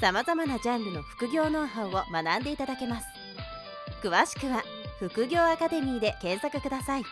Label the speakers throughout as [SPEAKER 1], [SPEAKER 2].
[SPEAKER 1] さまざまなジャンルの副業ノウハウを学んでいただけます詳しくは「副業アカデミー」で検索ください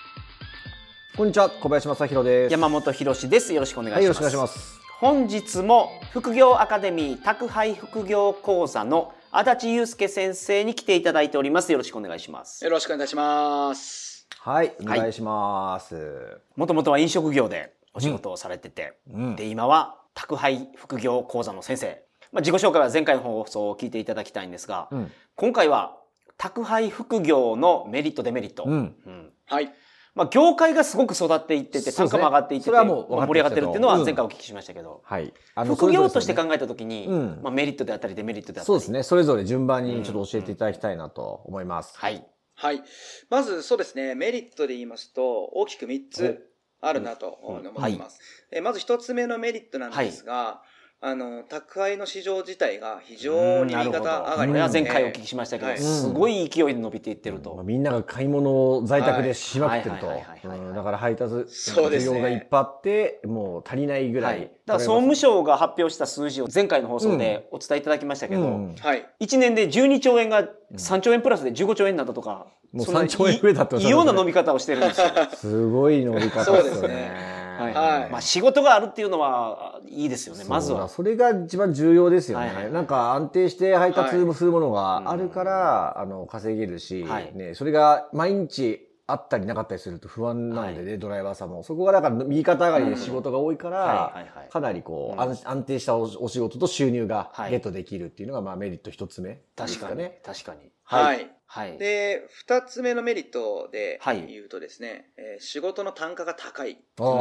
[SPEAKER 2] こんにちは、小林正弘です。
[SPEAKER 3] 山本博史です。よろしくお願いします。
[SPEAKER 2] はい、よろしくお願いします。
[SPEAKER 3] 本日も副業アカデミー宅配副業講座の足立祐介先生に来ていただいております。よろしくお願いします
[SPEAKER 4] よ。ろしくお願いします。
[SPEAKER 2] はい、お
[SPEAKER 3] はい
[SPEAKER 2] 願いします。
[SPEAKER 3] もともとは飲食業でお仕事をされてて、
[SPEAKER 2] うん
[SPEAKER 3] で、今は宅配副業講座の先生。まあ、自己紹介は前回の放送を聞いていただきたいんですが、
[SPEAKER 2] うん、
[SPEAKER 3] 今回は宅配副業のメリット、デメリット。
[SPEAKER 2] うん、
[SPEAKER 3] うん
[SPEAKER 4] はい。
[SPEAKER 3] まあ、業界がすごく育っていってて、
[SPEAKER 2] そう
[SPEAKER 3] 単
[SPEAKER 2] ですね
[SPEAKER 3] 価も上がっていってて、
[SPEAKER 2] それはもう分かってきた
[SPEAKER 3] まあ盛り上がってるっていうのは
[SPEAKER 2] うん
[SPEAKER 3] 前回お聞きしましたけど、
[SPEAKER 2] はい。あ
[SPEAKER 3] 副業として考
[SPEAKER 2] え
[SPEAKER 3] えたときに、
[SPEAKER 2] うん
[SPEAKER 3] まあ、メリットであったりデメリットであったり
[SPEAKER 2] そうですね、それぞれ順番にちょっと教えていただきたいなと思います。
[SPEAKER 3] はい
[SPEAKER 4] はい。まず、そうですね、メリットで言いますと、大きく3つあるなと思っています。
[SPEAKER 3] うんは
[SPEAKER 4] えまず1つ目のメリットなんですが、あの、宅配の市場自体が非常に右肩上
[SPEAKER 3] こ
[SPEAKER 4] がり
[SPEAKER 3] れ
[SPEAKER 4] な
[SPEAKER 3] は
[SPEAKER 4] ので
[SPEAKER 3] 前回お聞きしましたけど、
[SPEAKER 4] はい
[SPEAKER 3] すごい勢いで伸びていってる
[SPEAKER 2] まあ
[SPEAKER 3] と、
[SPEAKER 2] みんなが買い物を在宅でしまくってる
[SPEAKER 3] はいはいはい
[SPEAKER 2] と。
[SPEAKER 3] はいはい
[SPEAKER 2] うんだから配達
[SPEAKER 4] そうですね
[SPEAKER 2] 需要がいっぱいあって、もう足りないぐ
[SPEAKER 3] は
[SPEAKER 2] ら
[SPEAKER 3] い
[SPEAKER 2] い。
[SPEAKER 3] だから総務省が発表した数字を前回の放送でお伝えいただきましたけど、
[SPEAKER 2] うん
[SPEAKER 4] はい。
[SPEAKER 3] 1年で12兆円が3兆円プラスで15兆円になったとか、
[SPEAKER 2] もう
[SPEAKER 3] そんな
[SPEAKER 2] 3兆円増えたってこ
[SPEAKER 3] い
[SPEAKER 2] とです
[SPEAKER 3] 異
[SPEAKER 2] ね
[SPEAKER 3] 様な伸び方をしてるんです よ。
[SPEAKER 2] すごい伸び方
[SPEAKER 4] そう
[SPEAKER 2] で
[SPEAKER 4] ですす
[SPEAKER 2] よ
[SPEAKER 4] ね
[SPEAKER 2] ね。
[SPEAKER 3] はい
[SPEAKER 4] はい
[SPEAKER 3] まあ、仕事があるっていうのはいいですよねまず
[SPEAKER 2] そうだ
[SPEAKER 3] は。
[SPEAKER 2] それが一番重要ですよね、
[SPEAKER 3] はいはい
[SPEAKER 2] なんか安定して配達もするものがあるから、あの稼げるし、
[SPEAKER 3] はい
[SPEAKER 2] ね、それが毎日あったりなかったりすると不安なんでね、ドライバーさんもそこがだから右肩上がりで仕事が多いから、
[SPEAKER 3] はいはいはい
[SPEAKER 2] かなりこう、
[SPEAKER 3] うん
[SPEAKER 2] 安安定したおお仕事と収入が
[SPEAKER 3] はい
[SPEAKER 2] ゲットできるっていうのが、まあ、メリット一つ目で
[SPEAKER 3] 確
[SPEAKER 2] す
[SPEAKER 3] か
[SPEAKER 2] か
[SPEAKER 3] に
[SPEAKER 2] ね。
[SPEAKER 3] 確かに。
[SPEAKER 4] はい。
[SPEAKER 3] はい。
[SPEAKER 4] で、2つ目のメリットで
[SPEAKER 3] はい
[SPEAKER 4] 言うとですね、えー仕事の単価が高い。
[SPEAKER 2] ああ
[SPEAKER 3] う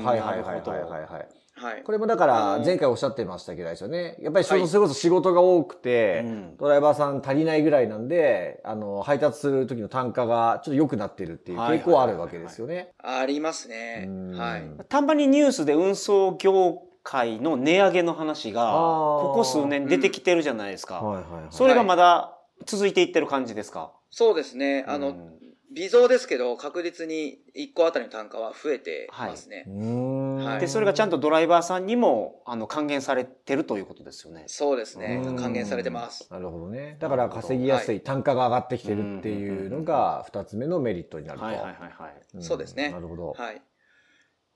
[SPEAKER 3] ん
[SPEAKER 2] はいはいはい
[SPEAKER 3] なるほど
[SPEAKER 2] はいはいはい。
[SPEAKER 4] はい
[SPEAKER 2] こ。れもだから
[SPEAKER 4] うん
[SPEAKER 2] 前回おっしゃってましたけどあれですよね。やっぱりそ
[SPEAKER 4] はい
[SPEAKER 2] それこそ仕事が多くて、
[SPEAKER 3] うん
[SPEAKER 2] ドライバーさん足りないぐらいなんで、あの、配達する時の単価がちょっと良くなってるっていう傾向はあるわけですよね。
[SPEAKER 4] ありますね
[SPEAKER 2] う。ん
[SPEAKER 4] はい。
[SPEAKER 3] たまにニュースで運送業界の値上げの話が
[SPEAKER 2] あー
[SPEAKER 3] ここ数年出てきてるじゃないですか、
[SPEAKER 2] はいはいはい。
[SPEAKER 3] それがまだ続いていってる感じですか、
[SPEAKER 4] そうですね。あ
[SPEAKER 3] う
[SPEAKER 4] の、
[SPEAKER 3] ん
[SPEAKER 4] 微増ですけど、確実に1個あたりの単価は増えてますね。
[SPEAKER 2] うん
[SPEAKER 4] はい
[SPEAKER 3] でそれがちゃん
[SPEAKER 2] と。
[SPEAKER 3] とドライバーさんにもあの還元されてるということですよね。
[SPEAKER 4] そうですね
[SPEAKER 2] うん。
[SPEAKER 4] 還元されてます。
[SPEAKER 2] なるほどね。だから稼ぎやすい、単価が上がってきてるっていうのが二つ目のメリットになると。
[SPEAKER 3] はいはいはいはい。、
[SPEAKER 2] うん
[SPEAKER 4] そうですね
[SPEAKER 2] なるほど。
[SPEAKER 4] はい。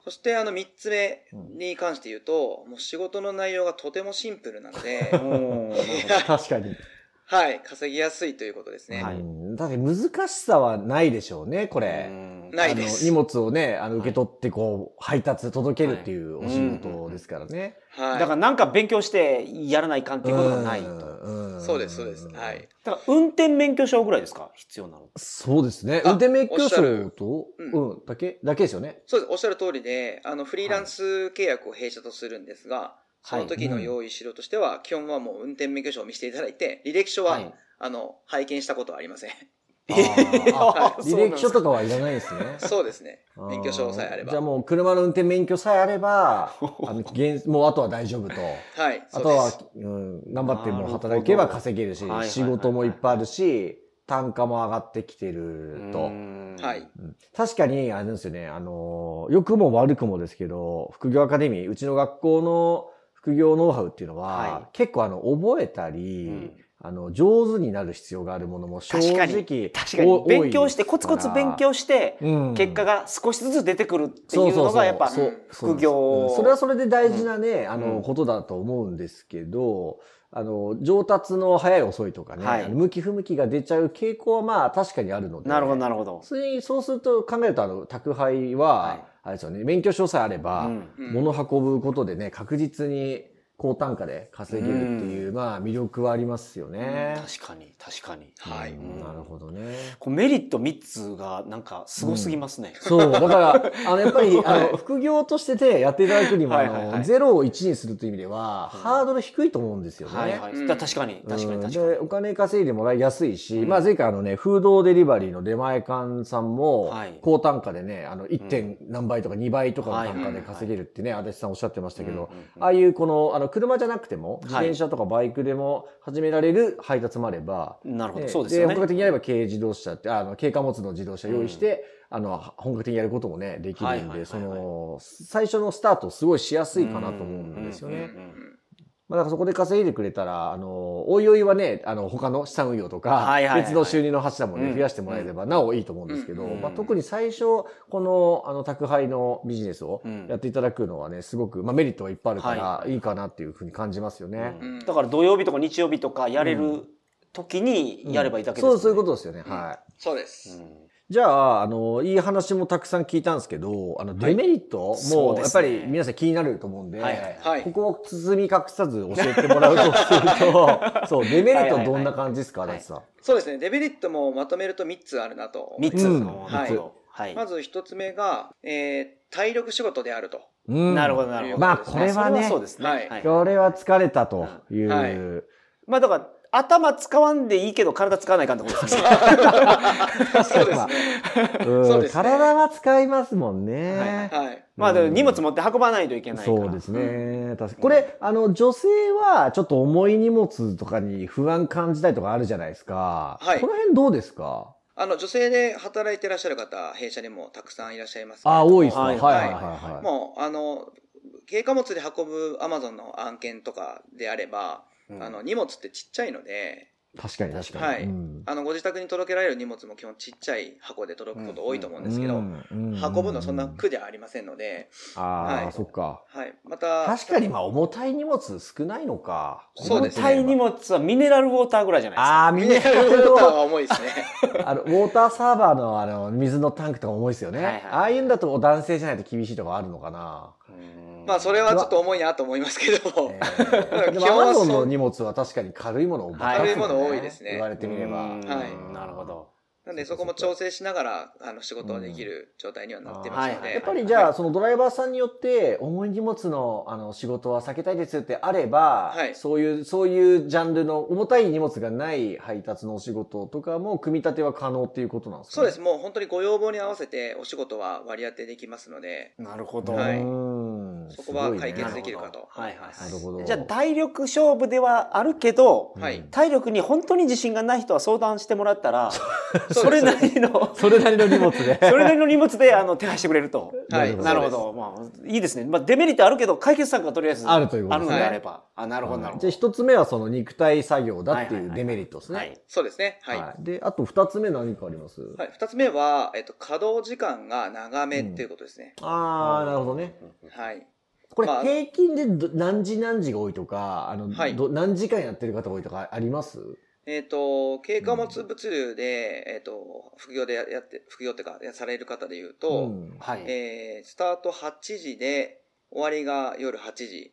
[SPEAKER 4] そして、あの、三つ目に関して言うと、もう仕事の内容がとてもシンプルなので
[SPEAKER 3] おーなるほど
[SPEAKER 2] 確かに。
[SPEAKER 4] はい、稼ぎやすいということですね。
[SPEAKER 3] はい
[SPEAKER 2] うんだって難しさはないでしょうね、これ。
[SPEAKER 3] うん
[SPEAKER 4] ないです
[SPEAKER 2] あの荷物をね、あの受け取ってこう、配達届けるっていうお仕事ですからね。
[SPEAKER 4] は
[SPEAKER 3] だ
[SPEAKER 4] い。
[SPEAKER 3] からなんか勉強してやらないかんっていうことがないと。
[SPEAKER 2] と
[SPEAKER 4] そうです、そうです。はい。。
[SPEAKER 3] だから運転免許証ぐらいですか必要なの。
[SPEAKER 2] そうですね。
[SPEAKER 4] あ
[SPEAKER 2] 運転免許
[SPEAKER 4] おっしゃ
[SPEAKER 2] 証
[SPEAKER 4] る
[SPEAKER 2] と、
[SPEAKER 4] うん
[SPEAKER 2] うん、だけだけですよね。
[SPEAKER 4] そうです。おっしゃる通りで、あの、フリーランス契約を弊社とするんですが、その時の用意資料としては、基本はもう運転免許証を見せていただいて、履歴書は、
[SPEAKER 3] はい。
[SPEAKER 4] あの、拝見したことはありません。
[SPEAKER 2] あ
[SPEAKER 3] あ
[SPEAKER 2] ー
[SPEAKER 3] そう
[SPEAKER 2] 履
[SPEAKER 3] なんで
[SPEAKER 2] 歴
[SPEAKER 3] すか
[SPEAKER 2] 書とかはいらないですね。
[SPEAKER 4] そうですね。 免許証さえあれ
[SPEAKER 2] じゃあ
[SPEAKER 4] ば。
[SPEAKER 2] もう車の運転免許さえあれ ば、あの現もうあとは大丈夫と。
[SPEAKER 4] はい、
[SPEAKER 2] あ
[SPEAKER 4] そう
[SPEAKER 2] と
[SPEAKER 4] で
[SPEAKER 2] は
[SPEAKER 4] す。、
[SPEAKER 2] うん、頑張ってもう働けば稼げるし
[SPEAKER 3] なるほ、ど
[SPEAKER 2] 仕事もいっぱいあるし、単価も上がってきてると。
[SPEAKER 3] うん
[SPEAKER 4] はい。
[SPEAKER 2] うん確かに、あれなんですよね、あのー、良くも悪くもですけど、副業アカデミー、うちの学校の副業ノウハウっていうのは、
[SPEAKER 3] は
[SPEAKER 2] 結構あの、覚えたり、
[SPEAKER 3] うん
[SPEAKER 2] あの、上手になる必要があるものも正直
[SPEAKER 3] 確かに確かに勉強してコツコツ勉、強して
[SPEAKER 2] 多いうん
[SPEAKER 3] 結果が少しずつ出てくるっていうのがやっぱ
[SPEAKER 2] そうそうそう
[SPEAKER 3] 副業
[SPEAKER 2] うんそれはそれで大事なね、あ
[SPEAKER 3] う
[SPEAKER 2] の
[SPEAKER 3] ん
[SPEAKER 2] ことだと思うんですけどあの上達の早い遅いとかね、
[SPEAKER 3] はい
[SPEAKER 2] あの向き不向きが出ちゃう傾向はまあ確かにあるので
[SPEAKER 3] なるほどなるほど。
[SPEAKER 2] それにそうすると考えるとあの宅配は、
[SPEAKER 3] はい
[SPEAKER 2] あれですよね免許証さえあれば、
[SPEAKER 3] うん
[SPEAKER 4] うん
[SPEAKER 2] 物運ぶことでね確実に高単価で稼げるっていう、まあ魅力はありますよね。
[SPEAKER 3] 確かに、確かに。
[SPEAKER 4] かに
[SPEAKER 2] うん
[SPEAKER 3] は
[SPEAKER 2] な
[SPEAKER 3] い
[SPEAKER 2] るほどね。
[SPEAKER 3] こうメリット3つがなんかすごすぎますね。
[SPEAKER 2] そう、だから、あの、やっぱり、あ
[SPEAKER 3] はい
[SPEAKER 2] の、副業としててやっていただくにも、あ
[SPEAKER 3] はいはいは
[SPEAKER 2] の、
[SPEAKER 3] い
[SPEAKER 2] ゼロを1にするという意味では、
[SPEAKER 3] うん
[SPEAKER 2] ハードル低いと思うんですよね。
[SPEAKER 3] はいはい。
[SPEAKER 4] うん
[SPEAKER 3] だ確かに、確かに、確か
[SPEAKER 2] うん
[SPEAKER 3] に
[SPEAKER 2] で、。お金稼いでもらいやすいし、
[SPEAKER 3] うん
[SPEAKER 2] まあ前回あのね、フードデリバリーの出前館さんも
[SPEAKER 3] はい、
[SPEAKER 2] 高単価でね、あの、1.
[SPEAKER 3] うん
[SPEAKER 2] 点何倍とか2倍とかの単価
[SPEAKER 4] はいはい
[SPEAKER 2] で
[SPEAKER 4] はい
[SPEAKER 2] 稼げるってね、足立さんおっしゃってましたけど
[SPEAKER 3] うんうん、うん
[SPEAKER 2] ああいうこの、あの、車じゃなくても、自
[SPEAKER 3] はい
[SPEAKER 2] 転車とかバイクでも始められる配達もあれば、
[SPEAKER 3] なるほど、
[SPEAKER 2] で
[SPEAKER 3] そうですよね。
[SPEAKER 2] 本格的にやれば軽自動車って、あの、軽貨物の自動車用意して、あの、本格的にやることもね、でき
[SPEAKER 3] はい
[SPEAKER 2] る
[SPEAKER 3] は
[SPEAKER 2] ん
[SPEAKER 3] いはいはい
[SPEAKER 2] で、その、最初のスタートすごいしやすいかなと思うんですよ
[SPEAKER 3] うん
[SPEAKER 2] ね。
[SPEAKER 4] うん
[SPEAKER 2] まあ、だからそこで稼いでくれたら、あの、おいおいはね、あの、他の資産運用とか、
[SPEAKER 3] はいはいはい
[SPEAKER 2] 別の収入の柱も
[SPEAKER 3] う
[SPEAKER 2] ね、
[SPEAKER 3] ん
[SPEAKER 2] 増やしてもらえれば、なおいいと思うんですけど、
[SPEAKER 3] うん
[SPEAKER 2] まあ、特に最初、この、あの、宅配のビジネスを
[SPEAKER 3] うん
[SPEAKER 2] やっていただくのはね、すごく、まあ、メリットがいっぱいあるから、、
[SPEAKER 3] はい
[SPEAKER 2] いかなっていうふうに感じますよね。
[SPEAKER 3] うん
[SPEAKER 4] うん
[SPEAKER 3] だから土曜日とか日曜日とかやれ
[SPEAKER 2] う
[SPEAKER 3] る時にやればいいだけです
[SPEAKER 2] そ
[SPEAKER 3] もん
[SPEAKER 2] う、
[SPEAKER 3] ね
[SPEAKER 2] そういうことですよね。はい。
[SPEAKER 4] そうです。
[SPEAKER 2] じゃあ、あの、いい話もたくさん聞いたんですけど、あの、デメリット、
[SPEAKER 3] そう
[SPEAKER 2] もう、
[SPEAKER 3] で
[SPEAKER 2] やっ
[SPEAKER 3] すね
[SPEAKER 2] ぱり皆さん気になると思うんで、
[SPEAKER 3] はいはい
[SPEAKER 4] はい
[SPEAKER 2] ここを包み隠さず教えてもらうとする と、そう、デメリットはどんな感じですか、
[SPEAKER 3] は
[SPEAKER 2] 足
[SPEAKER 3] いはい
[SPEAKER 2] 立さん。
[SPEAKER 4] そうですね。デメリットもまとめると3つあるなと。
[SPEAKER 3] 3つ。
[SPEAKER 2] うん
[SPEAKER 3] なるほどはい。
[SPEAKER 4] まず1つ目が、えー体力仕事であると。
[SPEAKER 2] うん
[SPEAKER 3] なるほど、なるほど。
[SPEAKER 2] まあこれはね
[SPEAKER 3] そそうですね。
[SPEAKER 4] はい
[SPEAKER 3] はい
[SPEAKER 2] これは疲れたという。
[SPEAKER 4] はい
[SPEAKER 3] まあだから、頭使わんでいいけど体使わないかんってことですね。
[SPEAKER 4] そうですね。
[SPEAKER 2] うん
[SPEAKER 4] そうですね
[SPEAKER 2] 体は使いますもんね。
[SPEAKER 3] はいはい
[SPEAKER 4] はい。
[SPEAKER 3] まあでも荷物持って運ばないといけないから。
[SPEAKER 2] そうですね。確かにこれ、あの、女性は、ちょっと重い荷物とかに不安感じたりとかあるじゃないですか。
[SPEAKER 4] はい
[SPEAKER 2] この辺どうですか
[SPEAKER 4] あの、女性で働いてらっしゃる方、弊社にもたくさんいらっしゃいますけれども
[SPEAKER 2] あ、多いですね。
[SPEAKER 3] は
[SPEAKER 2] はいい
[SPEAKER 3] は
[SPEAKER 2] はいい
[SPEAKER 3] は
[SPEAKER 2] はいいはい。
[SPEAKER 4] もう、あの、軽貨物で運ぶアマゾンの案件とかであれば、
[SPEAKER 3] うん。
[SPEAKER 4] あの、荷物ってちっちゃいので、
[SPEAKER 2] 確かに確かに。
[SPEAKER 4] はい
[SPEAKER 2] うん
[SPEAKER 4] あの、ご自宅に届けられる荷物も基本ちっちゃい箱で届くこと多いと思うんですけど、
[SPEAKER 2] うんうん
[SPEAKER 4] 運ぶのそんな苦じゃありませんので、
[SPEAKER 2] あ
[SPEAKER 4] は
[SPEAKER 2] あ、
[SPEAKER 4] い
[SPEAKER 2] そっか。
[SPEAKER 4] はい。また、
[SPEAKER 2] 確かに、まあ、重たい荷物少ないのか。
[SPEAKER 4] そうですね
[SPEAKER 3] 重たい荷物はミネラルウォーターぐらいじゃないですか。
[SPEAKER 2] ああ、み
[SPEAKER 4] ミ
[SPEAKER 2] んな
[SPEAKER 4] ネ ラルウォーターは重 いですね。
[SPEAKER 2] あの、ウォーターサーバーの、あの、水のタンクとか重いですよね。
[SPEAKER 3] はいはい
[SPEAKER 2] ああいうんだと男性じゃないと厳しいとかあるのかな。
[SPEAKER 3] うん
[SPEAKER 4] まあ、それはちょっと重いなと思いますけども
[SPEAKER 2] え、
[SPEAKER 4] う
[SPEAKER 2] ー、
[SPEAKER 4] ん
[SPEAKER 2] で
[SPEAKER 4] 基
[SPEAKER 2] も、
[SPEAKER 4] 本
[SPEAKER 2] ア
[SPEAKER 4] は
[SPEAKER 2] マ
[SPEAKER 4] そ
[SPEAKER 2] ゾ
[SPEAKER 4] う
[SPEAKER 2] ンの荷物は確かに軽いもの多かった
[SPEAKER 3] 軽
[SPEAKER 2] で
[SPEAKER 3] い
[SPEAKER 2] すよ
[SPEAKER 3] も
[SPEAKER 4] の多いですね
[SPEAKER 2] 言われてみれば。
[SPEAKER 3] うん
[SPEAKER 4] はい
[SPEAKER 3] なるほど。
[SPEAKER 4] なんでそこも調整しながら、あの、仕事はできる状態にはなってますの
[SPEAKER 3] うんあーはいはい
[SPEAKER 4] で。
[SPEAKER 2] やっぱりじゃ
[SPEAKER 4] は
[SPEAKER 2] あ、
[SPEAKER 4] い
[SPEAKER 2] そのドライバーさんによって、重い荷物の、あの、仕事は避けたいですってあれば、
[SPEAKER 4] はい
[SPEAKER 2] そういう、そういうジャンルの重たい荷物がない配達のお仕事とかも、組み立ては可能っていうことなんですか
[SPEAKER 4] そう
[SPEAKER 2] ね、
[SPEAKER 4] です。もう本当にご要望に合わせてお仕事は割り当てできますので、
[SPEAKER 3] なるほど。
[SPEAKER 4] はいう
[SPEAKER 2] ーん
[SPEAKER 4] そこは
[SPEAKER 2] すごいね
[SPEAKER 4] 解決できるかと
[SPEAKER 3] はいはいはい。
[SPEAKER 2] なるほど
[SPEAKER 3] じゃあ体力勝負ではあるけど、
[SPEAKER 2] うん
[SPEAKER 4] はい
[SPEAKER 3] 体力に本当に自信がない人は相談してもらったら、
[SPEAKER 4] す
[SPEAKER 3] それなりの、
[SPEAKER 2] それ なりの荷物で。
[SPEAKER 3] それなりの荷物であの手配してくれると。
[SPEAKER 4] はい
[SPEAKER 3] なるほど。まあ、いいですね。まあ、デメリットあるけど、解決策がとりあえず
[SPEAKER 2] あるということ
[SPEAKER 3] あるの
[SPEAKER 4] は
[SPEAKER 3] で
[SPEAKER 4] い
[SPEAKER 3] あれば。あ、なるほど、なるほ
[SPEAKER 2] じゃあ
[SPEAKER 3] ど。
[SPEAKER 2] 一つ目はその肉体作業だって
[SPEAKER 3] はいはい
[SPEAKER 2] い
[SPEAKER 3] は
[SPEAKER 2] う
[SPEAKER 3] い
[SPEAKER 2] デメリットです
[SPEAKER 3] は
[SPEAKER 2] ね
[SPEAKER 3] い。。
[SPEAKER 4] そうですね。はい。
[SPEAKER 2] はい。で、あと二つ目何かあります
[SPEAKER 4] はい、二つ目は、えっと、稼働時間が長めっていうことですね。
[SPEAKER 2] ああ、なるほどね。。
[SPEAKER 4] はい。
[SPEAKER 2] これ
[SPEAKER 4] まあ
[SPEAKER 2] 平均でど何時何時が多いとか、あの、
[SPEAKER 4] はい
[SPEAKER 2] ど何時間やってる方が多いとかあります
[SPEAKER 4] えっ、と、軽貨物物流で、えっ、と、副業でややって、副業っていうか、やされる方で言うと、
[SPEAKER 2] うん
[SPEAKER 3] はい。
[SPEAKER 4] えースタート8時で、終わりが夜8時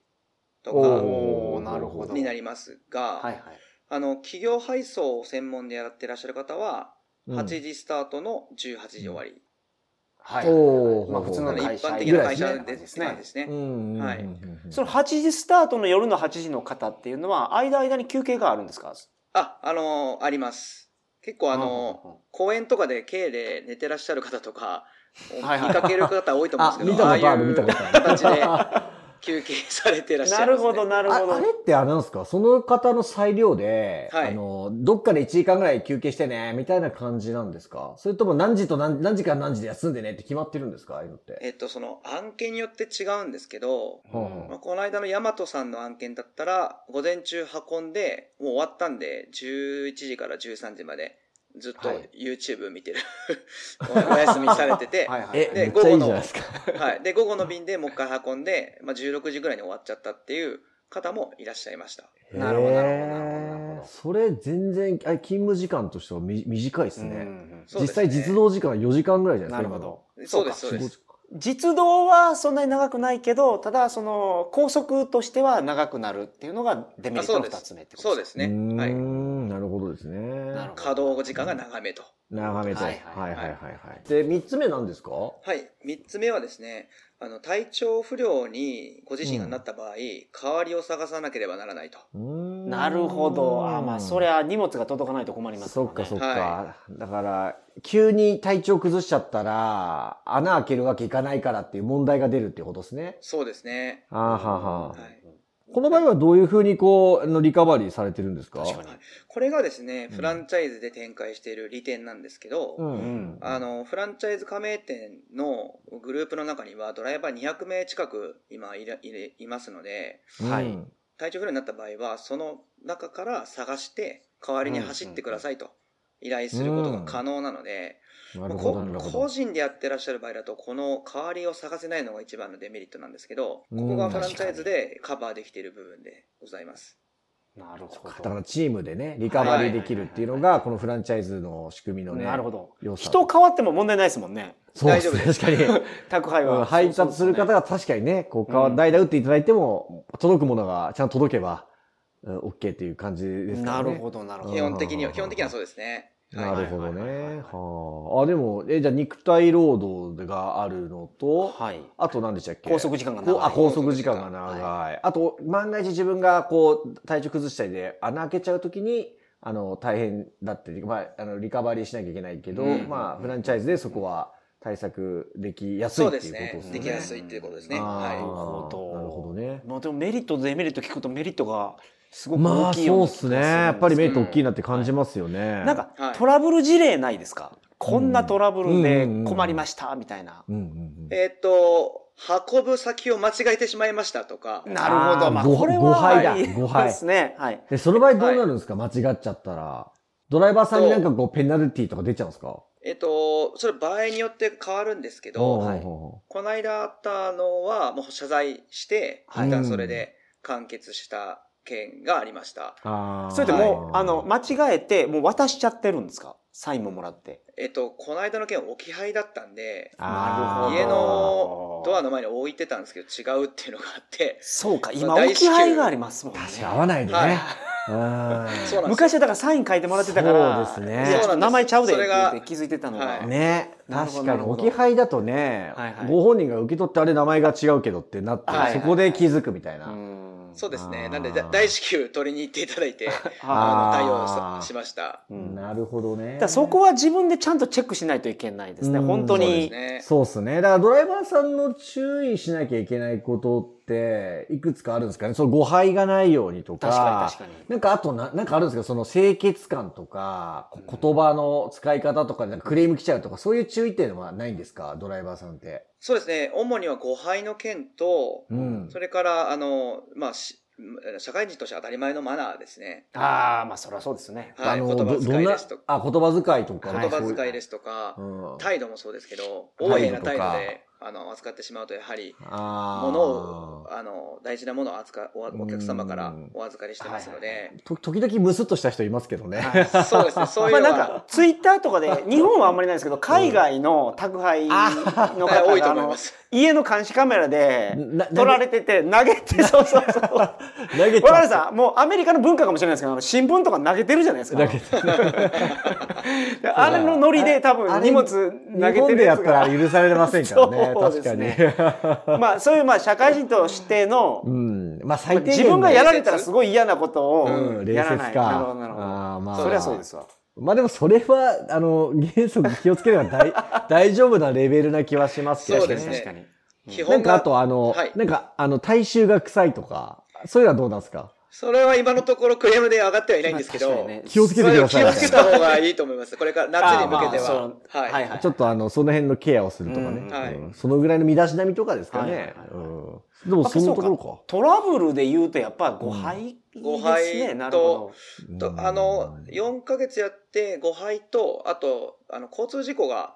[SPEAKER 4] と
[SPEAKER 3] おー
[SPEAKER 2] ー
[SPEAKER 3] なるほ
[SPEAKER 4] か
[SPEAKER 3] ど
[SPEAKER 4] になりますが、
[SPEAKER 3] はいはい。
[SPEAKER 4] あの、企業配送を専門でやってらっしゃる方は、
[SPEAKER 2] うん
[SPEAKER 4] 8時スタートの18時終わり。
[SPEAKER 3] はい。
[SPEAKER 2] おー
[SPEAKER 3] まあ、普
[SPEAKER 2] う
[SPEAKER 3] 通
[SPEAKER 2] ん
[SPEAKER 3] の
[SPEAKER 4] なので
[SPEAKER 3] 会
[SPEAKER 4] 一
[SPEAKER 3] 社
[SPEAKER 4] 般的
[SPEAKER 3] ぐ
[SPEAKER 4] な
[SPEAKER 3] らい
[SPEAKER 4] 会社
[SPEAKER 3] ね
[SPEAKER 4] で
[SPEAKER 3] です
[SPEAKER 4] すね。
[SPEAKER 3] ね
[SPEAKER 4] で。すね
[SPEAKER 2] うん。
[SPEAKER 4] はい
[SPEAKER 2] うんうんうん
[SPEAKER 3] その8時スタートの夜の8時の方っていうのは、間間に休憩があるんですか
[SPEAKER 4] あ、あのーあります。結構あのー公園とかで軽で寝てらっしゃる方とか、
[SPEAKER 3] はいはい
[SPEAKER 4] 見かける方多いと思うん
[SPEAKER 2] あ、
[SPEAKER 4] です
[SPEAKER 2] 見
[SPEAKER 4] けど、
[SPEAKER 2] た
[SPEAKER 4] ああ
[SPEAKER 2] ことある、
[SPEAKER 4] い
[SPEAKER 2] 見
[SPEAKER 4] う
[SPEAKER 2] たことある。
[SPEAKER 4] 形で休憩されてらっしゃ
[SPEAKER 3] ない
[SPEAKER 4] ま
[SPEAKER 3] る
[SPEAKER 4] す、ね。
[SPEAKER 3] ほど、なるほ
[SPEAKER 2] あ
[SPEAKER 3] ど
[SPEAKER 2] あれ。ってあれなんですかその方の裁量で、
[SPEAKER 4] はい
[SPEAKER 2] あの、どっかで1時間ぐらい休憩してね、みたいな感じなんですかそれとも何時と何何時から何時で休んでねって決まってるんですかああいうのって。
[SPEAKER 4] えっと、その案件によって違うんですけど、
[SPEAKER 2] うん
[SPEAKER 4] まあ、この間のヤマトさんの案件だったら、午前中運んで、もう終わったんで、11時から13時まで、ずっと
[SPEAKER 3] はい
[SPEAKER 4] YouTube 見てる、 お休みされ てて、
[SPEAKER 3] はい
[SPEAKER 4] は
[SPEAKER 3] はい。
[SPEAKER 2] え、
[SPEAKER 4] で
[SPEAKER 2] めっちゃいいじゃ
[SPEAKER 4] 午後
[SPEAKER 2] な
[SPEAKER 4] の
[SPEAKER 2] いですか。
[SPEAKER 4] い、で、午後の便でもう一回運んで、まあ、16時ぐらいに終わっちゃったっていう方もいらっしゃいました。
[SPEAKER 3] なるほどなるほど
[SPEAKER 2] へー
[SPEAKER 3] なるほどなるほど
[SPEAKER 2] それ全然、あれ勤務時間としてはみ短いです
[SPEAKER 3] うんう
[SPEAKER 2] ね。
[SPEAKER 3] ん
[SPEAKER 4] そう
[SPEAKER 2] 実
[SPEAKER 4] です
[SPEAKER 2] 際
[SPEAKER 4] ね
[SPEAKER 2] 実動時間は4時間ぐらいじゃ
[SPEAKER 3] うん
[SPEAKER 2] ない
[SPEAKER 3] な
[SPEAKER 2] ですか。
[SPEAKER 3] るほど。
[SPEAKER 4] そうです、そう
[SPEAKER 2] 今
[SPEAKER 4] で
[SPEAKER 2] の
[SPEAKER 4] す。
[SPEAKER 3] 実動はそんなに長くないけど、ただその高速としては長くなるっていうのがデメリットの二つ目ってこと。
[SPEAKER 4] そうですすね。は
[SPEAKER 2] うー
[SPEAKER 4] い。
[SPEAKER 2] んなるほどですね。
[SPEAKER 3] なるほど
[SPEAKER 4] 稼働時間が長めと。
[SPEAKER 2] 眺めて、
[SPEAKER 3] は
[SPEAKER 2] はいい
[SPEAKER 3] は
[SPEAKER 2] はいい
[SPEAKER 4] は
[SPEAKER 2] はいいはい。で、三つ目なんですか
[SPEAKER 4] はい。三つ目はですね、あの、体調不良にご自身がなった場合、代わりを探さなければならないと。
[SPEAKER 3] な
[SPEAKER 2] な
[SPEAKER 3] るほど。あ、まあそりゃ荷物が届かないと困ります
[SPEAKER 2] そっかそっか。
[SPEAKER 4] は
[SPEAKER 2] だから、急に体調崩しちゃったら、穴開けるわけいかないからっていう問題が出るっていうことですね。
[SPEAKER 4] そうですね。
[SPEAKER 2] あーはーはー
[SPEAKER 4] はい
[SPEAKER 2] この場合はどういうふうにこう、あのリカバリーされてるんですか
[SPEAKER 3] 確かに。
[SPEAKER 4] これがですね、
[SPEAKER 2] うん
[SPEAKER 4] フランチャイズで展開している利点なんですけど、
[SPEAKER 2] うん
[SPEAKER 3] うん
[SPEAKER 4] あの、フランチャイズ加盟店のグループの中にはドライバー200名近く今いらいれいますので、
[SPEAKER 3] は
[SPEAKER 2] う
[SPEAKER 3] い
[SPEAKER 2] ん
[SPEAKER 4] 体調不良になった場合は、その中から探して、代わりに走ってくださいと依頼することが可能なので、
[SPEAKER 2] なる
[SPEAKER 4] ま
[SPEAKER 2] ほ
[SPEAKER 4] あ
[SPEAKER 2] ど、
[SPEAKER 4] こ
[SPEAKER 2] なるほ
[SPEAKER 4] 個
[SPEAKER 2] ど。
[SPEAKER 4] 人でやってらっしゃる場合だと、この代わりを探せないのが一番のデメリットなんですけど、ここ
[SPEAKER 2] う
[SPEAKER 4] が
[SPEAKER 2] ん
[SPEAKER 4] フランチャイズでカバーできている部分でございます。
[SPEAKER 3] なるほ
[SPEAKER 2] だか
[SPEAKER 3] ど
[SPEAKER 2] ら。チームでね、リカバリーできるっていうのが、このフランチャイズの仕組みのね、
[SPEAKER 3] なるほど。
[SPEAKER 2] 良さ。
[SPEAKER 3] 人変わっても問題ないですもんね。
[SPEAKER 2] そうで。
[SPEAKER 4] 大丈夫です
[SPEAKER 2] 確かに。
[SPEAKER 3] 宅配
[SPEAKER 2] うん
[SPEAKER 3] は。
[SPEAKER 2] 配達する方が確かにね、こう、かわ代打打っていただいても、届くものがちゃんと届けば、うん、OK っていう感じですか
[SPEAKER 3] な
[SPEAKER 2] らね。
[SPEAKER 3] るほど、なるほ
[SPEAKER 2] うん
[SPEAKER 4] 基
[SPEAKER 3] ど。
[SPEAKER 4] 本的には、基本的にはそうですね。はい
[SPEAKER 2] なるほどね。は
[SPEAKER 3] は
[SPEAKER 2] い
[SPEAKER 3] はいはいはい
[SPEAKER 2] あ。あ、でも、え、じゃあ肉体労働があるのと、
[SPEAKER 3] はい。
[SPEAKER 2] あと何でしたっけ
[SPEAKER 3] 拘束時間が
[SPEAKER 2] こうあ、
[SPEAKER 3] 長い。
[SPEAKER 2] 拘束時間が長い。あと、万が一自分がこう、体調崩したりで穴開けちゃうときに、あの、大変だって、まあ、あの、リカバリーしなきゃいけないけど、
[SPEAKER 3] うん
[SPEAKER 2] まあ、フランチャイズでそこは対策できやすい
[SPEAKER 4] そう
[SPEAKER 2] って
[SPEAKER 4] で
[SPEAKER 2] いうことで
[SPEAKER 4] す
[SPEAKER 2] す
[SPEAKER 4] ね
[SPEAKER 2] ね。。
[SPEAKER 4] できやすいっていうことですね。
[SPEAKER 2] あー
[SPEAKER 4] はい
[SPEAKER 2] なる。
[SPEAKER 3] ほど
[SPEAKER 2] ほどね。
[SPEAKER 3] まあでもメリット、デメリット聞くとメリットがすごく
[SPEAKER 2] ま
[SPEAKER 3] 大
[SPEAKER 2] あ、
[SPEAKER 3] きいよう
[SPEAKER 2] そう
[SPEAKER 3] な
[SPEAKER 2] っ
[SPEAKER 3] 気が
[SPEAKER 2] すね。やっぱりメリット
[SPEAKER 3] す
[SPEAKER 2] 大きいなって感じますよね。
[SPEAKER 3] るんですけどなん
[SPEAKER 4] は
[SPEAKER 3] か
[SPEAKER 4] い
[SPEAKER 3] トラブル事例ないですかこんなトラブルで
[SPEAKER 2] うん
[SPEAKER 3] 困りましたみたいな。
[SPEAKER 2] うんうんうん。
[SPEAKER 4] えっ、と、運ぶ先を間違えてしまいましたとか、
[SPEAKER 3] なるほど。
[SPEAKER 2] あー
[SPEAKER 3] まあ
[SPEAKER 2] ご
[SPEAKER 3] これは
[SPEAKER 2] 誤配だ
[SPEAKER 3] はい
[SPEAKER 2] 誤配
[SPEAKER 3] ですね。はい。
[SPEAKER 2] で、その場合どうなるんですか、間違っちゃったら。ドライバーさんになんかこう、ペナルティーとか出ちゃうんですか
[SPEAKER 4] えっ、と、それ場合によって変わるんですけど、
[SPEAKER 2] おうおう
[SPEAKER 3] はい
[SPEAKER 2] お
[SPEAKER 4] この間あったのは、もう謝罪して、
[SPEAKER 2] はい
[SPEAKER 4] 一旦それで完結した件がありました。
[SPEAKER 2] うあー
[SPEAKER 3] それでもう、あの、間違えて、もう渡しちゃってるんですかサインももらって。
[SPEAKER 4] えっ、と、この間の件置き配だったんで、
[SPEAKER 2] あー
[SPEAKER 4] 家のドアの前に置いてたんですけど、違うっていうのがあって、
[SPEAKER 3] そうか、今
[SPEAKER 4] まあ
[SPEAKER 3] 置き配がありますもんね。
[SPEAKER 2] 確かに合わないでね。
[SPEAKER 4] はい
[SPEAKER 2] うん
[SPEAKER 4] そうなんですよ
[SPEAKER 3] 昔はだからサイン書いてもらってたから、
[SPEAKER 2] そうです
[SPEAKER 3] い
[SPEAKER 2] ね
[SPEAKER 3] やちょっと名前ちゃうでって
[SPEAKER 4] そうなん
[SPEAKER 3] 言って気づいてたのが、
[SPEAKER 4] はい
[SPEAKER 2] ね
[SPEAKER 3] なるほ
[SPEAKER 2] 確
[SPEAKER 3] ど
[SPEAKER 2] か
[SPEAKER 3] な
[SPEAKER 2] に
[SPEAKER 3] るほど
[SPEAKER 2] 置き配だとね、
[SPEAKER 3] はいはい
[SPEAKER 2] ご本人が受け取ってあれ名前が違うけどってなって、
[SPEAKER 3] はいはい
[SPEAKER 2] そこで気づくみたいな、
[SPEAKER 3] うん
[SPEAKER 4] そうですね。
[SPEAKER 2] あー
[SPEAKER 4] なんで、だ大至急取りに行っていただいて、あの
[SPEAKER 2] あー
[SPEAKER 4] 対応さしました。
[SPEAKER 3] うんだか
[SPEAKER 2] なるほどね
[SPEAKER 3] らそこは自分でちゃんとチェックしないといけないですね、
[SPEAKER 2] うん
[SPEAKER 3] 本当
[SPEAKER 4] そうです
[SPEAKER 3] に。
[SPEAKER 4] ね。
[SPEAKER 2] そうっすねだからドライバーさんの注意しなきゃいけないことっていくつかあるんですかねその誤配がないようにとか
[SPEAKER 3] 確かに確かに。
[SPEAKER 2] なんかあとな、なんかあるんですかその清潔感とか、こ言葉の使い方とか、なんかクレーム来ちゃうとか、そういう注意点はないんですかドライバーさんって。
[SPEAKER 4] そうですね。主には誤配の件と、
[SPEAKER 2] うん。
[SPEAKER 4] それから、あの、まあ、し社会人として当たり前のマナーですね。
[SPEAKER 3] ああ、まあそりゃそうですね。
[SPEAKER 4] はい、
[SPEAKER 2] あ
[SPEAKER 4] 言
[SPEAKER 2] の
[SPEAKER 4] 葉
[SPEAKER 2] どど
[SPEAKER 4] 遣
[SPEAKER 2] ん
[SPEAKER 4] い
[SPEAKER 2] な
[SPEAKER 4] ですとか、
[SPEAKER 2] あ、言葉遣いとか。
[SPEAKER 3] は
[SPEAKER 4] 言葉遣い
[SPEAKER 2] で。
[SPEAKER 4] ですすとか、
[SPEAKER 2] うん。
[SPEAKER 4] 態度もそうですけど、
[SPEAKER 2] 態度とか
[SPEAKER 4] 大変な態度で、あの、扱ってしまうと、やはり、
[SPEAKER 2] あー
[SPEAKER 4] 物を、あの、大事なものを扱お、お客様から
[SPEAKER 2] うん
[SPEAKER 4] お預かりしてますので、
[SPEAKER 2] と時々ムスッとした人いますけどね。
[SPEAKER 4] そうです ね、そうい
[SPEAKER 3] まあ
[SPEAKER 4] うの
[SPEAKER 3] なん
[SPEAKER 4] は
[SPEAKER 3] か、ツイッターとか で、日本はあんまりないですけど、海外の宅配の方
[SPEAKER 4] はい多いと
[SPEAKER 3] が、あ
[SPEAKER 4] 思い
[SPEAKER 3] の
[SPEAKER 4] ま、す。
[SPEAKER 3] 家の監視カメラ で、
[SPEAKER 2] な
[SPEAKER 3] 取られてて、投げて、そうそうそう。
[SPEAKER 2] 投げ
[SPEAKER 3] わか
[SPEAKER 2] た。
[SPEAKER 3] るさん、もうアメリカの文化かもしれないですけど、あの新聞とか投げてるじゃないですか。
[SPEAKER 2] 投げ
[SPEAKER 3] であれのノリで多分
[SPEAKER 2] あ
[SPEAKER 3] 荷
[SPEAKER 2] れ
[SPEAKER 3] 物投
[SPEAKER 2] 日
[SPEAKER 3] げて
[SPEAKER 2] 本
[SPEAKER 3] る
[SPEAKER 2] でや
[SPEAKER 3] や
[SPEAKER 2] っ
[SPEAKER 3] つ
[SPEAKER 2] た
[SPEAKER 3] が。
[SPEAKER 2] ら許されませんからね。
[SPEAKER 3] そう
[SPEAKER 2] 確
[SPEAKER 3] です
[SPEAKER 2] かに
[SPEAKER 3] ね。まあそういうまあ社会人としての、
[SPEAKER 2] うん。まあ
[SPEAKER 3] まあ
[SPEAKER 2] 最低限の
[SPEAKER 3] 自分がやられたらすごい嫌なこと
[SPEAKER 2] う
[SPEAKER 3] を
[SPEAKER 2] ん、
[SPEAKER 3] や
[SPEAKER 2] 礼
[SPEAKER 3] ら
[SPEAKER 2] 節
[SPEAKER 3] ない。なる
[SPEAKER 2] か
[SPEAKER 3] ほど、。なるほど。
[SPEAKER 2] ああ、まあ。
[SPEAKER 3] そりゃそうですわ。
[SPEAKER 2] まあでもそれは、あの、原則気をつければ 大大丈夫なレベルな気はしますけど
[SPEAKER 4] そ
[SPEAKER 2] ね。
[SPEAKER 4] うですね
[SPEAKER 3] 確かに。
[SPEAKER 4] 基
[SPEAKER 2] な
[SPEAKER 4] 本
[SPEAKER 2] んかあ
[SPEAKER 4] が、
[SPEAKER 2] とあの、
[SPEAKER 4] はい
[SPEAKER 2] なんかあの、体臭が臭いとか、そういうのはどうなんですか
[SPEAKER 4] それは今のところクレームで上がってはいないんですけ
[SPEAKER 3] まあ確
[SPEAKER 4] ど
[SPEAKER 3] か、にね
[SPEAKER 2] 気をつけ
[SPEAKER 4] そ
[SPEAKER 2] てく
[SPEAKER 4] れを
[SPEAKER 2] だ
[SPEAKER 4] 気
[SPEAKER 2] さい
[SPEAKER 4] を
[SPEAKER 2] み
[SPEAKER 4] つ
[SPEAKER 2] た
[SPEAKER 4] け
[SPEAKER 2] いな。
[SPEAKER 4] た方がいいと思います。これから夏に向けて
[SPEAKER 3] あー
[SPEAKER 4] は
[SPEAKER 3] ま。あ
[SPEAKER 4] はい。
[SPEAKER 3] はいはい。
[SPEAKER 2] ちょっとあの、その辺のケアをするとかね。
[SPEAKER 3] うん
[SPEAKER 4] はい
[SPEAKER 2] うんそのぐらいの身だしなみとかですか
[SPEAKER 3] はいはい
[SPEAKER 2] ね
[SPEAKER 3] はい。
[SPEAKER 2] うんでもそのところか。
[SPEAKER 3] トラブルで言うとやっぱ誤配ですね。
[SPEAKER 4] 誤配と
[SPEAKER 3] なるほ
[SPEAKER 4] と
[SPEAKER 2] うん
[SPEAKER 4] あの、4ヶ月やって5敗と、あと、あの、交通事故が、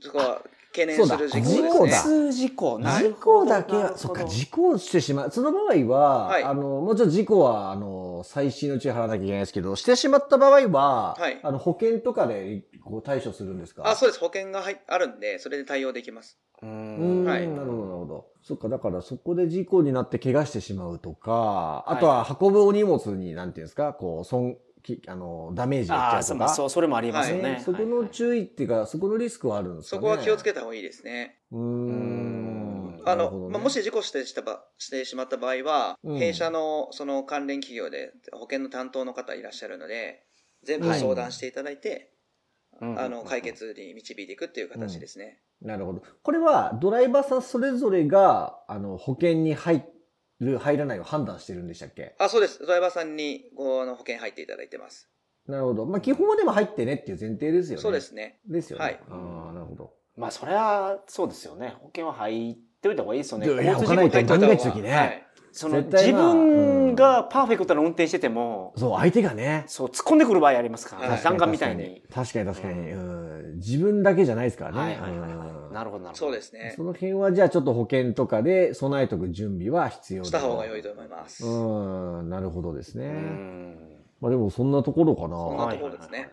[SPEAKER 4] そこは懸念する事故ですね。
[SPEAKER 2] そう
[SPEAKER 3] ど。
[SPEAKER 2] だ
[SPEAKER 3] 通事故。な
[SPEAKER 2] 事
[SPEAKER 3] るほど
[SPEAKER 2] 故だけは、そっか、事故をしてしまう。その場合は、
[SPEAKER 4] はい
[SPEAKER 2] あの、もちろん事故は、あの、の、最新の注意払わなきゃいけないですけど、してしまった場合は、
[SPEAKER 4] はい
[SPEAKER 2] あの、保険とかでこう対処するんですか
[SPEAKER 4] あ、そうです。保険が入あるんで、それで対応できます。
[SPEAKER 3] う
[SPEAKER 2] うーん、
[SPEAKER 3] ん
[SPEAKER 4] は
[SPEAKER 2] ないるほど、なるほど。そっか、だからそこで事故になって怪我してしまうとか、あとは運ぶお荷物に、なんていうんですか、こう、損、きあの、ダメージが
[SPEAKER 3] あ
[SPEAKER 2] 出ち
[SPEAKER 3] あ
[SPEAKER 2] ゃ
[SPEAKER 3] そう
[SPEAKER 2] と
[SPEAKER 3] うまあ
[SPEAKER 2] か。
[SPEAKER 3] そうそれもありますよね。
[SPEAKER 2] ねそこ
[SPEAKER 3] はいは
[SPEAKER 2] の
[SPEAKER 3] い
[SPEAKER 2] 注意っていうか、そこのリスクはあるんですか
[SPEAKER 4] そ
[SPEAKER 2] ね。
[SPEAKER 4] こは気をつけ
[SPEAKER 2] て。
[SPEAKER 4] た方がいいですね。
[SPEAKER 2] うーん。
[SPEAKER 4] あ
[SPEAKER 2] なる
[SPEAKER 4] の、
[SPEAKER 2] ほどね
[SPEAKER 4] まあ、もし事故してしたばしてしまった場合は、
[SPEAKER 2] うん
[SPEAKER 4] 弊社のその関連企業で保険の担当の方いらっしゃるので、全部相談していただいて、
[SPEAKER 3] うん
[SPEAKER 4] あの、解決に導いていくっていう形ですね。
[SPEAKER 2] なるほど。これは、ドライバーさんそれぞれが、あの、保険に入る、入らないを判断してるんでしたっけ
[SPEAKER 4] あ、そうです。ドライバーさんに、こう、あの保険入っていただいてます。
[SPEAKER 2] なるほど。まあ、基本はでも入ってねっていう前提ですよね。
[SPEAKER 4] そうで。すね。
[SPEAKER 2] ですよね。
[SPEAKER 4] はい
[SPEAKER 2] ああ、なるほど。
[SPEAKER 3] まあそれはそうですよね。保険は入っておいた方がいいですよね。
[SPEAKER 2] いやいや
[SPEAKER 3] 交通
[SPEAKER 2] 置かないと
[SPEAKER 3] 事
[SPEAKER 2] 万
[SPEAKER 3] 故
[SPEAKER 2] が
[SPEAKER 3] って
[SPEAKER 2] 一の時ね
[SPEAKER 4] はい。
[SPEAKER 3] その
[SPEAKER 2] 絶対
[SPEAKER 3] 自
[SPEAKER 2] まあ
[SPEAKER 3] 分がパーフェクトな運転してても、
[SPEAKER 2] そう、相手がね。
[SPEAKER 3] そう突っ込んでくる場合ありますから、
[SPEAKER 4] は
[SPEAKER 3] ね
[SPEAKER 4] い。
[SPEAKER 3] 弾丸みたいに。
[SPEAKER 2] 確かに確かに。うん。自分だけじゃないですからね。
[SPEAKER 3] はいはいはいは
[SPEAKER 2] う
[SPEAKER 3] い。
[SPEAKER 2] ん
[SPEAKER 3] なるほどなるほど。。
[SPEAKER 4] そうですすね
[SPEAKER 2] そ。の辺は、じゃあちょっと保険とかで備えとく準備は必要だ
[SPEAKER 4] した方が良いと思います。
[SPEAKER 2] うん、なるほどです
[SPEAKER 3] う
[SPEAKER 2] ね。
[SPEAKER 3] ん。
[SPEAKER 2] まあでもそんなところかな。
[SPEAKER 4] そんなところで
[SPEAKER 3] は
[SPEAKER 4] すね
[SPEAKER 3] いはいはい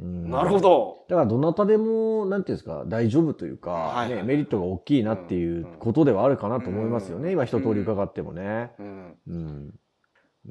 [SPEAKER 2] うん
[SPEAKER 3] なるほど。
[SPEAKER 2] だからどなたでも、なんていうんですか、大丈夫というか、
[SPEAKER 3] はい
[SPEAKER 2] ね、メリットが大きいなっていうことではあるかなと思いますよね。
[SPEAKER 3] うん
[SPEAKER 2] 今一通り伺ってもね。
[SPEAKER 3] うん。
[SPEAKER 2] うん。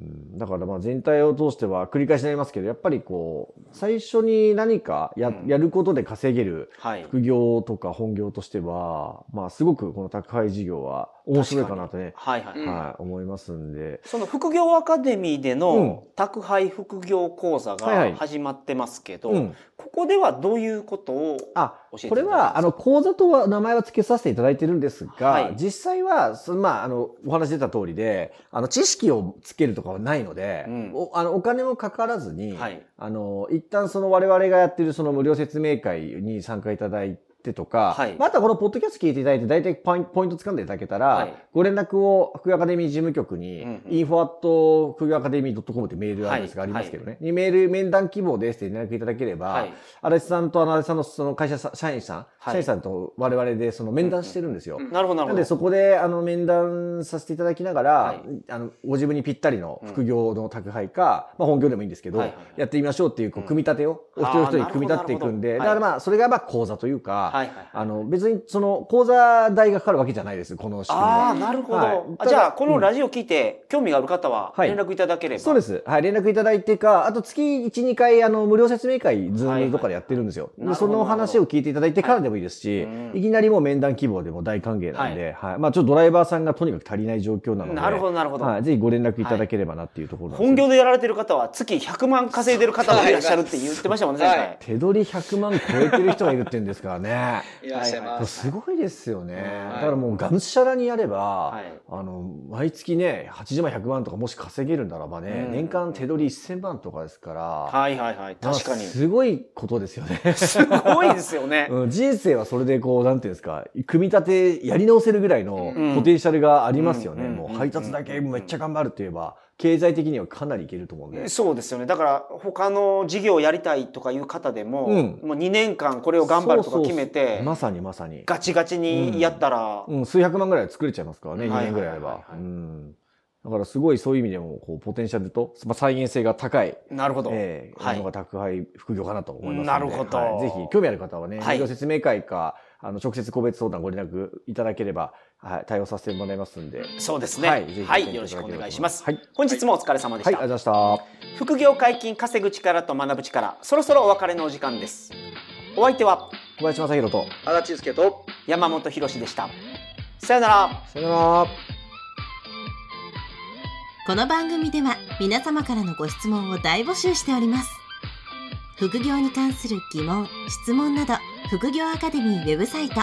[SPEAKER 2] うん、だからまあ全体を通しては繰り返しになりますけど、やっぱりこう、最初に何かや,、
[SPEAKER 3] うん
[SPEAKER 2] やることで稼げる
[SPEAKER 3] はい。
[SPEAKER 2] 副業とか本業としては、まあすごくこの宅配事業は面白いかなとね、
[SPEAKER 3] はいはい。
[SPEAKER 4] にうん
[SPEAKER 2] はい、思いますんで。
[SPEAKER 3] その副業アカデミーでの
[SPEAKER 2] う
[SPEAKER 3] 宅配副業講座
[SPEAKER 2] はいは
[SPEAKER 3] が
[SPEAKER 2] い
[SPEAKER 3] 始まってますけど、
[SPEAKER 2] うん。
[SPEAKER 3] ここではどういうことを
[SPEAKER 2] あ、
[SPEAKER 3] 教えていただけますか
[SPEAKER 2] これは、あの、講座とは名前は付けさせていただいてるんですが、
[SPEAKER 3] はい
[SPEAKER 2] 実際は、そのまあ、あの、お話出た通りで、あの、知識をつけるとかはないので、
[SPEAKER 3] うん
[SPEAKER 2] おあのお金もかからずに、
[SPEAKER 3] はい。
[SPEAKER 2] あの、一旦その我々がやってるその無料説明会に参加いただいてとか、
[SPEAKER 3] はい
[SPEAKER 2] またこのポッドキャスト聞いていただいて、大体ポインポイント掴んでいただけたら、
[SPEAKER 3] はい
[SPEAKER 2] ご連絡を副業アカデミー事務局に、
[SPEAKER 3] うんうん
[SPEAKER 2] インフォアット副業アカデミー .com ってメールアドレスがありますけどね、にメール面談希望ですって連絡いただければ、
[SPEAKER 3] はい。
[SPEAKER 2] 足立さんとあの足立さんのその会社さ社員さん、
[SPEAKER 3] はい
[SPEAKER 2] 社員さんと我々でその面談してるんですよ。
[SPEAKER 4] うんうん
[SPEAKER 3] なるほどな
[SPEAKER 2] な
[SPEAKER 3] るほ
[SPEAKER 2] ん
[SPEAKER 3] ど
[SPEAKER 2] で。そこであの面談させていただきながら、
[SPEAKER 3] はい
[SPEAKER 2] あのご自分にぴったりの副業の宅配か、まあ、本業でもいいんですけど、
[SPEAKER 3] はいはいはい
[SPEAKER 2] やってみましょうっていうこう
[SPEAKER 3] うん
[SPEAKER 2] 組み立てを、お一人一人組み立っていくんで、
[SPEAKER 3] あーなるほどなるほど
[SPEAKER 2] だからまあそれがまあ講座というか、
[SPEAKER 3] はいはいはい。
[SPEAKER 2] あの別にその講座代がかかるわけじゃないですこの仕組み
[SPEAKER 3] あ
[SPEAKER 2] は
[SPEAKER 3] あ、。なるほど。
[SPEAKER 2] はい
[SPEAKER 3] あ
[SPEAKER 2] ただ
[SPEAKER 3] じゃあ、このラジオ聞いて、興味がある方は、
[SPEAKER 2] はい
[SPEAKER 3] 連絡いただければ。
[SPEAKER 2] そうです。はい。連絡いただいてか、あと月1、2回、あの、無料説明会、ズ
[SPEAKER 3] はい
[SPEAKER 2] ー
[SPEAKER 3] はい
[SPEAKER 2] ムとかでやってるんですよ。
[SPEAKER 3] なるほ
[SPEAKER 2] そ
[SPEAKER 3] ど
[SPEAKER 2] の話を聞いていただいてからでもいいですし、
[SPEAKER 3] はいうん
[SPEAKER 2] い、きなりもう面談希望でも大歓迎なんで、はい。まあ、ちょっとドライバーさんがとにかく足りない状況なので、
[SPEAKER 3] なるほど、なるほど。
[SPEAKER 2] はい。ぜひご連絡いただければなっていうところなんですよ
[SPEAKER 3] 本業でやられてる方は、月100万稼いでる方がいらっしゃるって言ってましたもんね、
[SPEAKER 4] はい
[SPEAKER 3] 前回
[SPEAKER 2] 手取り100万超えてる人がいるって言うんですからね。
[SPEAKER 4] いらっしゃい
[SPEAKER 3] は
[SPEAKER 4] ます。
[SPEAKER 2] すごいですよね。
[SPEAKER 3] はい
[SPEAKER 2] だからもうがむしゃらにやれば、
[SPEAKER 3] はい
[SPEAKER 2] あの、毎月ね、80万、100万とかもし稼げるならばね、
[SPEAKER 3] うん
[SPEAKER 2] 年間手取り1000万とかですから、
[SPEAKER 3] はいはいはい。確かに。
[SPEAKER 2] まあすごいことですよ ね。
[SPEAKER 3] すごいですよね。
[SPEAKER 2] うん、人生はそれでこう、なんていうんですか、組み立てやり直せるぐらいのポテンシャルがありますよね。
[SPEAKER 3] うん
[SPEAKER 2] も
[SPEAKER 3] うん
[SPEAKER 2] う配達だけめっちゃ頑張るといえば、経済的にはかなりいけると思うんで。
[SPEAKER 3] そうですよね。だから、他の事業をやりたいとかいう方でも、
[SPEAKER 2] うん
[SPEAKER 3] もう2年間これを頑張るとか決め
[SPEAKER 2] そう
[SPEAKER 3] て
[SPEAKER 2] そう、まさにまさに。
[SPEAKER 3] ガチガチにやったら、
[SPEAKER 2] うん、数百万ぐらいは作れちゃいますからね、
[SPEAKER 3] うん
[SPEAKER 2] 2年ぐらいあれ
[SPEAKER 3] はい
[SPEAKER 2] ば
[SPEAKER 3] は。いうはいはい
[SPEAKER 2] ん。だからすごいそういう意味でも、こう、ポテンシャルと、まあ、再現性が高い、
[SPEAKER 3] なるほど。
[SPEAKER 2] ええ
[SPEAKER 3] はい
[SPEAKER 2] のが宅配副業かなと思いますので。
[SPEAKER 3] なるほど
[SPEAKER 2] はいぜひ、興味ある方はね、
[SPEAKER 3] はい
[SPEAKER 2] 営業説明会か、あの、直接個別相談ご連絡いただければ、はい、対応させてもらいますんで。
[SPEAKER 3] そうですね。
[SPEAKER 2] ぜひ
[SPEAKER 3] はい、よろしくお願いします
[SPEAKER 2] は。い。はい、
[SPEAKER 3] 本日もお疲れ様でし
[SPEAKER 2] あり
[SPEAKER 3] た
[SPEAKER 2] がとう。ございました。
[SPEAKER 3] 副業解禁稼ぐ力と学ぶ力そろそろお別れのお時間ですお相手は
[SPEAKER 2] 小林正弘と、
[SPEAKER 4] 足立祐介と、
[SPEAKER 3] 山本博史でしたさよなら
[SPEAKER 2] さよなら。
[SPEAKER 1] この番組では皆様からのご質問を大募集しております副業に関する疑問質問など副業アカデミーウェブサイト